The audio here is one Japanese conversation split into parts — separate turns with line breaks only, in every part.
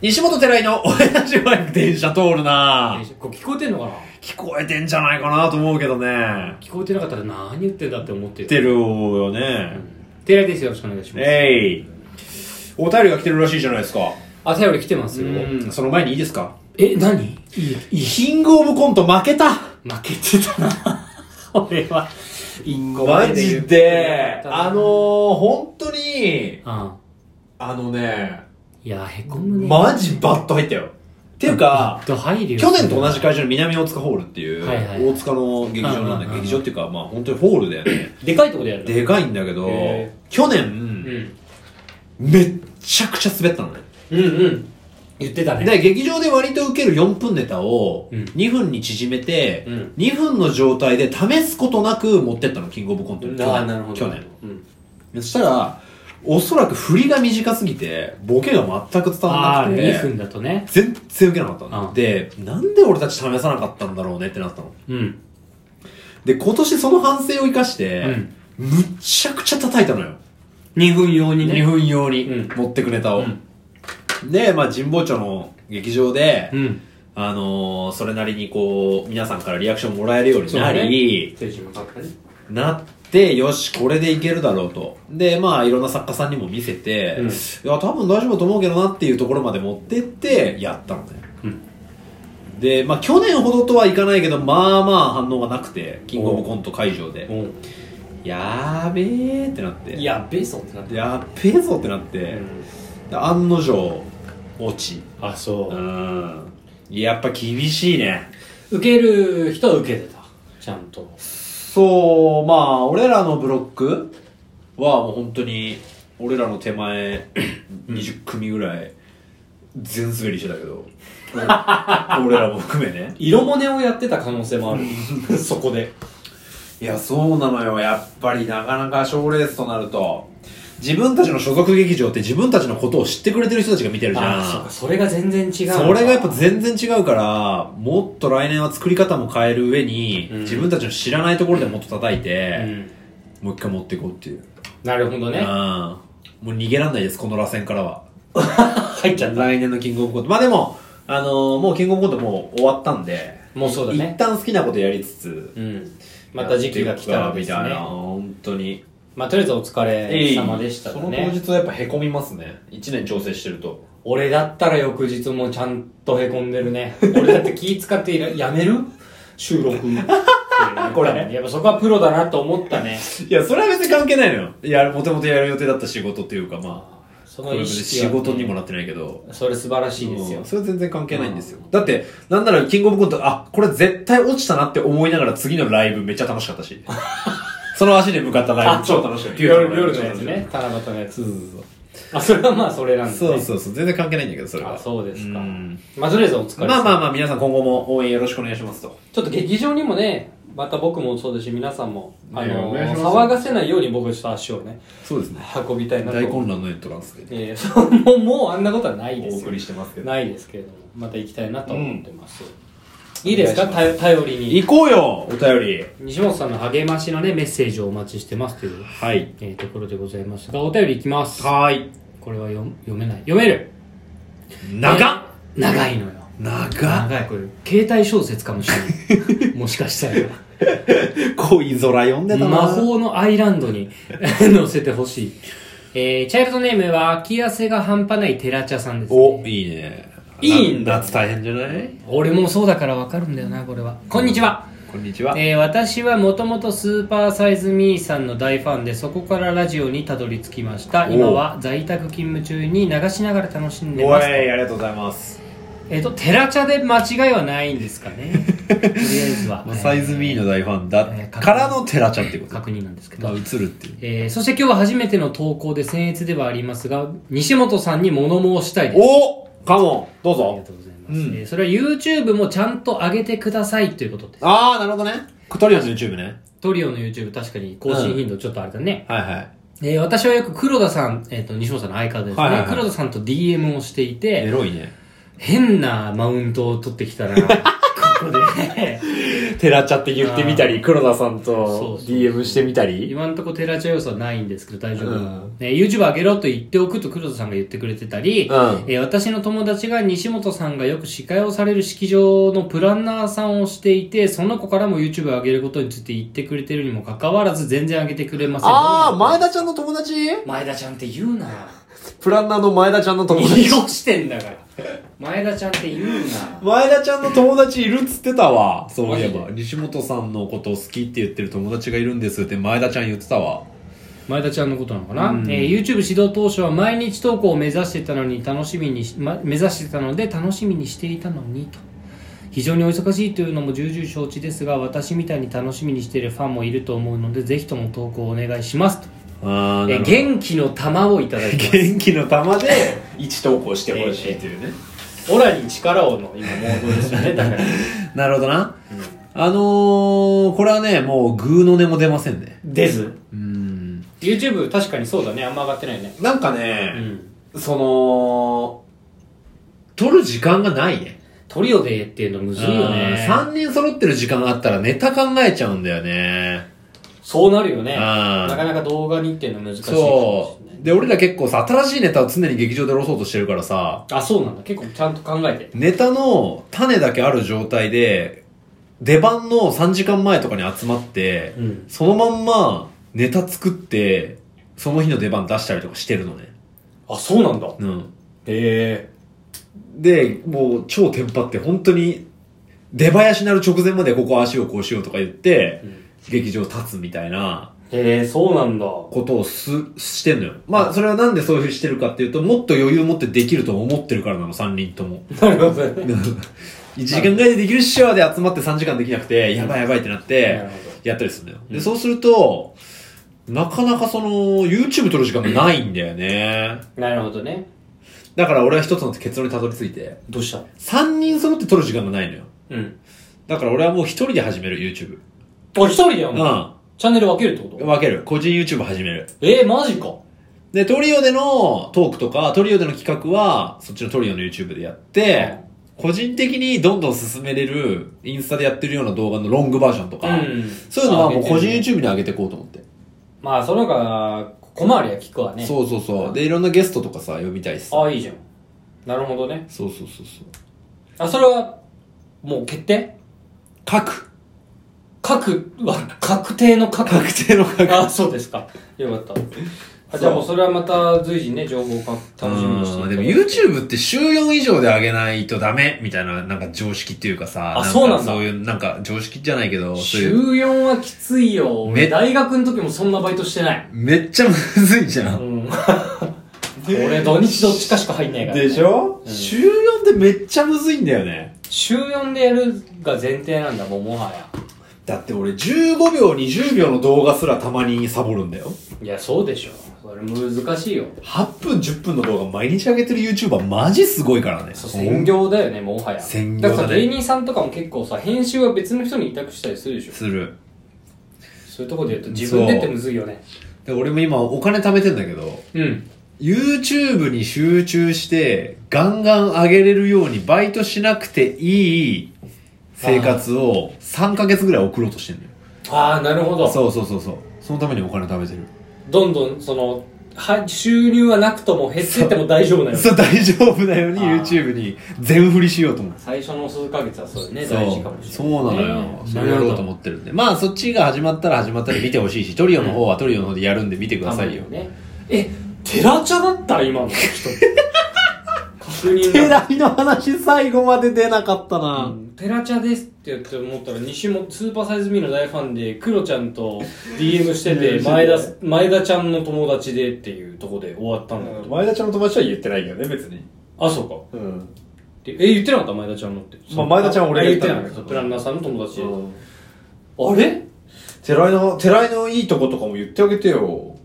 西本寺井の親父は電車通るな
これ聞こえてんのかな
聞こえてんじゃないかなと思うけどね。
聞こえてなかったら何言ってんだって思って
来て
る。
るよ
う
ね。
ん寺井ですよろしくお願いします。
えい。お便りが来てるらしいじゃないですか。
あ、頼り来てますよ。
うん、その前にいいですか
え、何いい、いい。
キングオブコント負けた
負けて たな。俺は。インゴ
マジで、あ、のー、本当に、
あ
あのね、
いや、へこむね。
マジバッと入ったよ。っていうか
バッ、と入るよ。
去年と同じ会場の南大塚ホールっていう、
はいはい
大塚の劇場なんだけ
うんうん
ど、
うん
劇場っていうか、まあ本当にホールだよね。
でかいとこでやるの
でかいんだけど
へ、
去年、
うん。
めっちゃくちゃ滑ったのね。
うんうん。言ってたね。
で、劇場で割と受ける4分ネタを
うん
2分に縮めて、
うん
2分の状態で試すことなく持ってったの、キングオブコントに。
ああ、なるほど。
去年。
う
そ
ん。
したら、おそらく振りが短すぎて、ボケが全く伝わ
あ
らな
あ、
く
2
て、
分だとね。
全然受けなかったの
あ
で、なんで俺たち試さなかったんだろうねってなったの。
うん。
で、今年その反省を生かして、
うん
むっちゃくちゃ叩いたのよ。
2分用に
2
ね。
分用に
うん
持ってくネタを。で、まあ神保町の劇場で、
うん。
あのー、それなりにこう、皆さんからリアクションもらえるようになり、
ステージも立ったね。
なって、よし、これでいけるだろうと。で、まあ、いろんな作家さんにも見せて、
うん
いや、多分大丈夫だと思うけどなっていうところまで持ってって、やったのね。
うん
で、まあ、去年ほどとはいかないけど、まあまあ反応がなくて、キングオブコント会場で、やーべーってなって、
いや、ベーソンってなってる。
やっべーぞってなって、で案の定、落ち。
あ、そうう。
ん。やっぱ厳しいね。
受ける人は受けてた。ちゃんと。
そう、まあ、俺らのブロックはもう本当に、俺らの手前、20組ぐらい、全滑りしてたけど、俺らも含めね。
色モネをやってた可能性もある。 そこで。
いや、そうなのよ。やっぱりなかなか賞レースとなると、自分たちの所属劇場って自分たちのことを知ってくれてる人たちが見てるじゃ
あ
ん。
そうか、それが全然違う。
それがやっぱ全然違うから、もっと来年は作り方も変える上に、
うん
自分たちの知らないところでもっと叩いうて、
ん。
もう一回持っていこうっていう。
なるほどね。
ああもう逃げらんないです、この螺旋からは。
入っちゃった。
来年のキングオブコント。まあでも、あのーもうキングオブコントもう終わったんで、
もうそうだね
一旦好きなことやりつつ、
うん。また時期が来たら
やって
で
い
す
くかみたいな、
ね。
本当に。
まあ、とりあえずお疲れ様でした
その当
ね。
日はやっぱ凹みますね。一年調整してると。
俺だったら翌日もちゃんとへこんで るね。俺だって気使っていらやめる収録。これ。やっぱそこはプロだなと思ったね。
いや、それは別に関係ないのよ。いや、もともとやる予定だった仕事っていうか、まあ、
そ
こ
の
れ
意
別に
識は
仕
ね
事にもなってないけど。
それ素晴らしいですよ
うん。それは全然関係ないんですよ。だって、なんならキングオブコント、あ、これ絶対落ちたなって思いながら次のライブめっちゃ楽しかった し。その足で向かったライ
あ
ブ
そう
超楽しかった。
夜夜のやつね。七夕のや
そ
つ
う。そう
あ、それはまあそれなんで
そう。
す
そう
ね。
そうそう。全然関係ないんだけど、それは。
あ、そうですか
ん。
まあとりあえずお疲れ様
まあまあまあ、皆さん今後も応援よろしくお願いしますと。
ちょっと劇場にもね、また僕もそうですし、皆さんも、あ
ねお
の
願いします
騒がせないように僕はちょっと足をね、
そうですね。
運びたいなと。
大混乱のエントランスで
えーそうもう、もうあんなことはないで
お
すよ
送。りしてますけど。
ないですけれども、また行きたいなと思ってます。いいですか
お願
頼頼りに。
行こうよお便り。
西本さんの励ましのね、メッセージをお待ちしてますという、
はい。
えーところでございますが、お便りいきます。
はーい。
これは読読めない。読める
長っ
えー長いのよ。
長っ
長いこれ携帯小説かもしれ ないもしかしたら
恋空読んでたな。
魔法のアイランドに 載せてほしいえー、チャイルドネームは秋汗が半端ないテラチャさんです、
お、
ね、
いいね。
いいんだ
夏大変じゃない
俺もそうだからわかるんだよなこれはこんにちは、
こんにちは。
えー私はもともとスーパーサイズミーさんの大ファンでそこからラジオにたどり着きました
お
今は在宅勤務中に流しながら楽しんで
お
ます
い、ありがとうございます。
えっ、とテラチャで間違いはないんですか ねとりあえずは
まあサイズミーの大ファンだ
えー
からのテラちゃんってこと。
確認なんですけど
まあ、映るっていう。
えーそして今日は初めての投稿で僭越ではありますが、西本さんに物申したいです。
おカモンどう
あり
ぞ
がとうございます。
うん
えーそれは YouTube もちゃんと上げてくださいということです。
あー、なるほどね。トリオンズ YouTube ね。
トリオの YouTube 確かに更新頻度ちょっとあれだね。
はいはい。
えー私はよく黒田さん、えっ、と、西本さんの相方ですね。
はいはいはい
黒田さんと DM をしてい
エ
て、
ロいね。
変なマウントを取ってきたな、ここで。
テラチャって言ってみたり、黒田さんと
そうそうそう
DM してみたり。
今んとこテラチャ要素はないんですけど大丈夫、
うん
ね、YouTube 上げろと言っておくと黒田さんが言ってくれてたり、
うん
えー私の友達が西本さんがよく司会をされる式場のプランナーさんをしていてその子からも YouTube 上げることについて言ってくれてるにもかかわらず全然上げてくれません
あー、前田ちゃんの友達
前田ちゃんって言うな
プランナーの前田ちゃんの友
利
達。
用してんだから前田ちゃんって言うな
前田ちゃんの友達いるっつってたわ。そういえ
マ
ば、西本さんのことを好きって言ってる友達がいるんですって前田ちゃん言ってたわ。
前田ちゃんのことなのかな、えー YouTube 指導当初は毎日投稿を目指してたのに楽しみにし、ま、目指してたので楽しみにしていたのにと非常にお忙しいというのも重々承知ですが私みたいに楽しみにしているファンもいると思うのでぜひとも投稿お願いしますと、
あ
えー元気の玉をいただい てます
気の玉で、 一投稿してほしいというね。
オラに力をの今モードですよねだから
なるほどな。あのー、これはね、もう、グーの音も出ませんね。
出ず
うーん。
YouTube 確かにそうだねあんま上がってないね
なんか
う
ね、
ん
その、撮る時間がないね。
トリオでっていうのむずいよね
3人揃ってる時間があったらネタ考えちゃうんだよね。
そうなるよね
あー
なかなか動画にっていうの難しいかもしれない
そう。で、俺ら結構さ、新しいネタを常に劇場で下ろそうとしてるからさ、
あそうなんだ結構ちゃんと考えて
ネタの種だけある状態で、出番の3時間前とかに集まって、
うん
そのまんまネタ作って、その日の出番出したりとかしてるのね。
あそうなんだへ
うん。
え
で、もう超テンパって、本当に、出囃子になる直前までここ足をこうしようとか言って、
ん
劇場立つみたいな
へえそうなんだ
ことをす、してんのよ。まあ、それはなんでそういうふうにしてるかっていうと、もっと余裕持ってできると思ってるからなの、3人とも。
なるほどね
1時間ぐらいでできるっしょで集まって3時間できなくて、やばいやばいってなっ
な
て
るほ、
やったりするんだよ。で、そうすると、なかなかその、YouTube 撮る時間がないんだよね。
なるほどね
だから俺は一つの結論にたどり着いて、
どうした
3人揃って撮る時間がないのよ。
うん
だから俺はもう一人で始める、YouTube。
あ一人だよ、
う
お前
ん。
チャンネル分けるってこと
分ける。個人 YouTube 始める。
えー、マジか
で、トリオでのトークとか、トリオでの企画は、そっちのトリオの YouTube でやって、個人的にどんどん進めれる、インスタでやってるような動画のロングバージョンとか、そういうのはもう個人 YouTube に上げていこうと思って。
まあその方が小回りは聞くわね
そうそうそう。で、いろんなゲストとかさ、呼びたいしさ。
あいいじゃんなるほどね
そうそうそうそう。
あそれはもう決定
書く。
核は確定の核
確定の書く。
あそうですかよかったあじゃあもうそれはまた随時ね情報を楽しみにしていただいて
でも YouTube って週4以上で上げないとダメみたいな、なんか常識っていうかさ。
あ
か
そうなんだ
そういう、なんか常識じゃないけど、そう
週
いう。
4はきついよ。
め
俺大学の時もそんなバイトしてない。
めっちゃむずいじゃ。
うんん。俺土日どっちかしか入んないから、ね。
でしょ、週4ってめっちゃむずいんだよね。
週4でやるが前提なんだ、もうもはや。
だって俺15秒20秒の動画すらたまにサボるんだよ。
いや、そうでしょ。それ難しいよ。
8分10分の動画毎日上げてる YouTuber マジすごいからね。
そう専業だよね、もはや。
専業だね
からさ芸人さんとかも結構さ、編集は別の人に委託したりするでしょ。
する。
そういうとこで言うと自分でってむずいよね。
で俺も今お金貯めてんだけど
うん。
YouTube に集中してガンガン上げれるようにバイトしなくていい生活を3ヶ月ぐらい送ろうとしてんのよ
ああ、なるほど。
そうそうそうそうそのためにお金貯めてる
どんどん、その、は収入はなくとも減ってっても大丈夫なよね。
そう大丈夫なように
あー
YouTube に全振りしようと思って
最初の数ヶ月はそうね、
そ
大事
う
かもし
そ
れ
う
ない。
なの
ね
よそれやろうと思ってるんでまあそっちが始まったら始まったら見てほしいしトリオの方はトリオの方でやるんで見てくださいよ
ね。え、テラチャだった今の人。確認
手
だ。
代の話最後まで出なかったな、
うんテラチャですって言って思ったら西もスーパーサイズミーの大ファンでクロちゃんと DM して て前田前田ちゃんの友達でっていうとこで終わったんだけど
前田ちゃんの友達は言ってないけどね別に
あそうか
うん
でえ言ってなかった前田ちゃんのって
まあ前田ちゃんは俺が
言
言っ
っ
てた
な
だ
んかっ
けど
たプランナーさんの友達で
うん
あれ
寺井の、寺井のいいとことかも言ってあげて よ。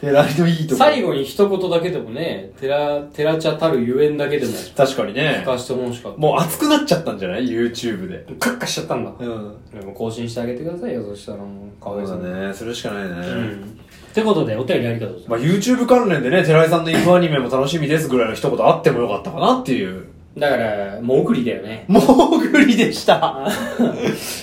寺井のいいとこ。
最後に一言だけでもねテラテラチャたるゆえんだけでも聞
確かにね。
かせてほしかった
もう熱くなっちゃったんじゃない ?YouTube で。
カッカしちゃったんだ
うん。
でも更新してあげてくださいよそしたらもう
そ
かわいうそ
だ
う
ね。それしかないね。
うんってことでお便りありがとうございま
まあ YouTube 関連でね、寺井さんの F アニメも楽しみですぐらいの一言あってもよかったかなっていう。
だから、もぐりだよね。
もうぐりでした。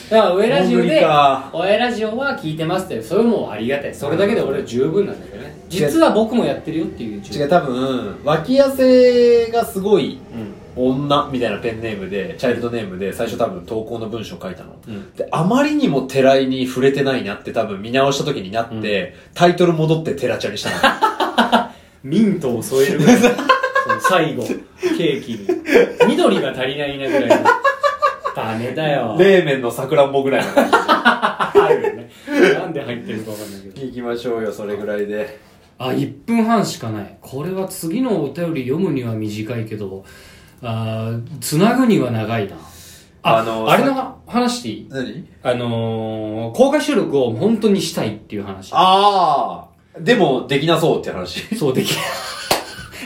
だから、親ラジオ
もぐり
で
か、
親ラジオは聞いてますって、それもありがたい。それだけで俺は十分なんだけどね。実は僕もやってるよっていう十
違う、
分。
多分、脇汗がすごい
うん。
女みたいなペンネームで、チャイルドネームで、最初多分投稿の文章書いたの。
うん
で、あまりにも寺井に触れてないなって多分見直した時になって、タイトル戻って寺ちゃんに したの。
ミントを添えるぐらいその最後ケーキ に緑が足りないなぐらいのダメだよ
冷麺の桜んぼぐらいの感
入るよねなんで入ってるかわかんないけど
じ。行きましょうよ、それぐらいで。
あ1分半しかないこれは次のお便り読むには短いけどあーつなぐには長いなあ
あの
のあれの話していい
何
あのー、公開収録を本当にしたいっていう話
あー、でもできなそうって話。
そうでき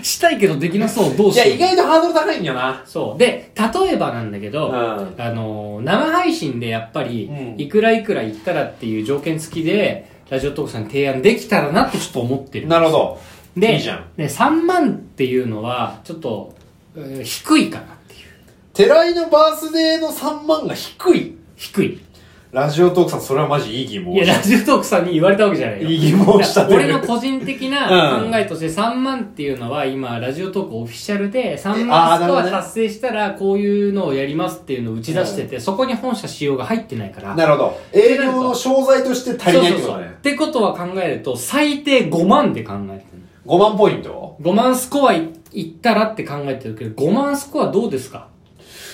したいけどできなそうどう
い
しよ
や、
う
意外とハードル高いんよな。
そうで例えばなんだけど、
うん
あのー生配信でやっぱり、
うん
いくらいくら行ったらっていう条件付きでラジオトークさんに提案できたらなってちょっと思ってる
なるほど。
で
いいじゃん
で3万っていうのはちょっと、えー低いかなっていう
寺井のバースデーの3万が低い。
低い
ラジオトークさん、それはマジいい疑問
いやラジオトークさんに言われたわけじゃないよ
いい疑問をした
俺の個人的な
うん
考えとして3万っていうのは今ラジオトークオフィシャルで3
あー
万ス
なる
コ
ほど
ア
ね
達成したらこういうのをやりますっていうのを打ち出しててそこに本社仕様が入ってないから
なるほど。営業の商材として足りないってこと
そうそうそう
ね
っ。てことは考えると、最低5万で考えてる。
5万ポイント
5万スコアいいったらって考えてるけど、5万スコアどうですか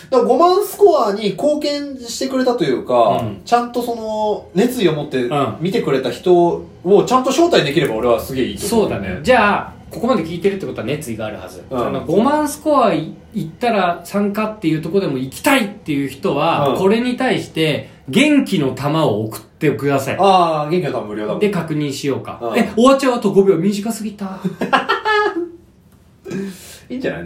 だから5万スコアに貢献してくれたというか、
うん
ちゃんとその熱意を持って
うん
見てくれた人をちゃんと招待できれば俺はすげえいいと
そ
思
うだね。じゃあ、ここまで聞いてるってことは熱意があるはず。
うん
その5万スコアいいったら参加っていうところでも行きたいっていう人は、
うん
これに対して元気の玉を送ってください。
ああ、元気の玉無料だもん。
で、確認しようか。
うん
え、終わっちゃうあと5秒短すぎた。
いいんじゃない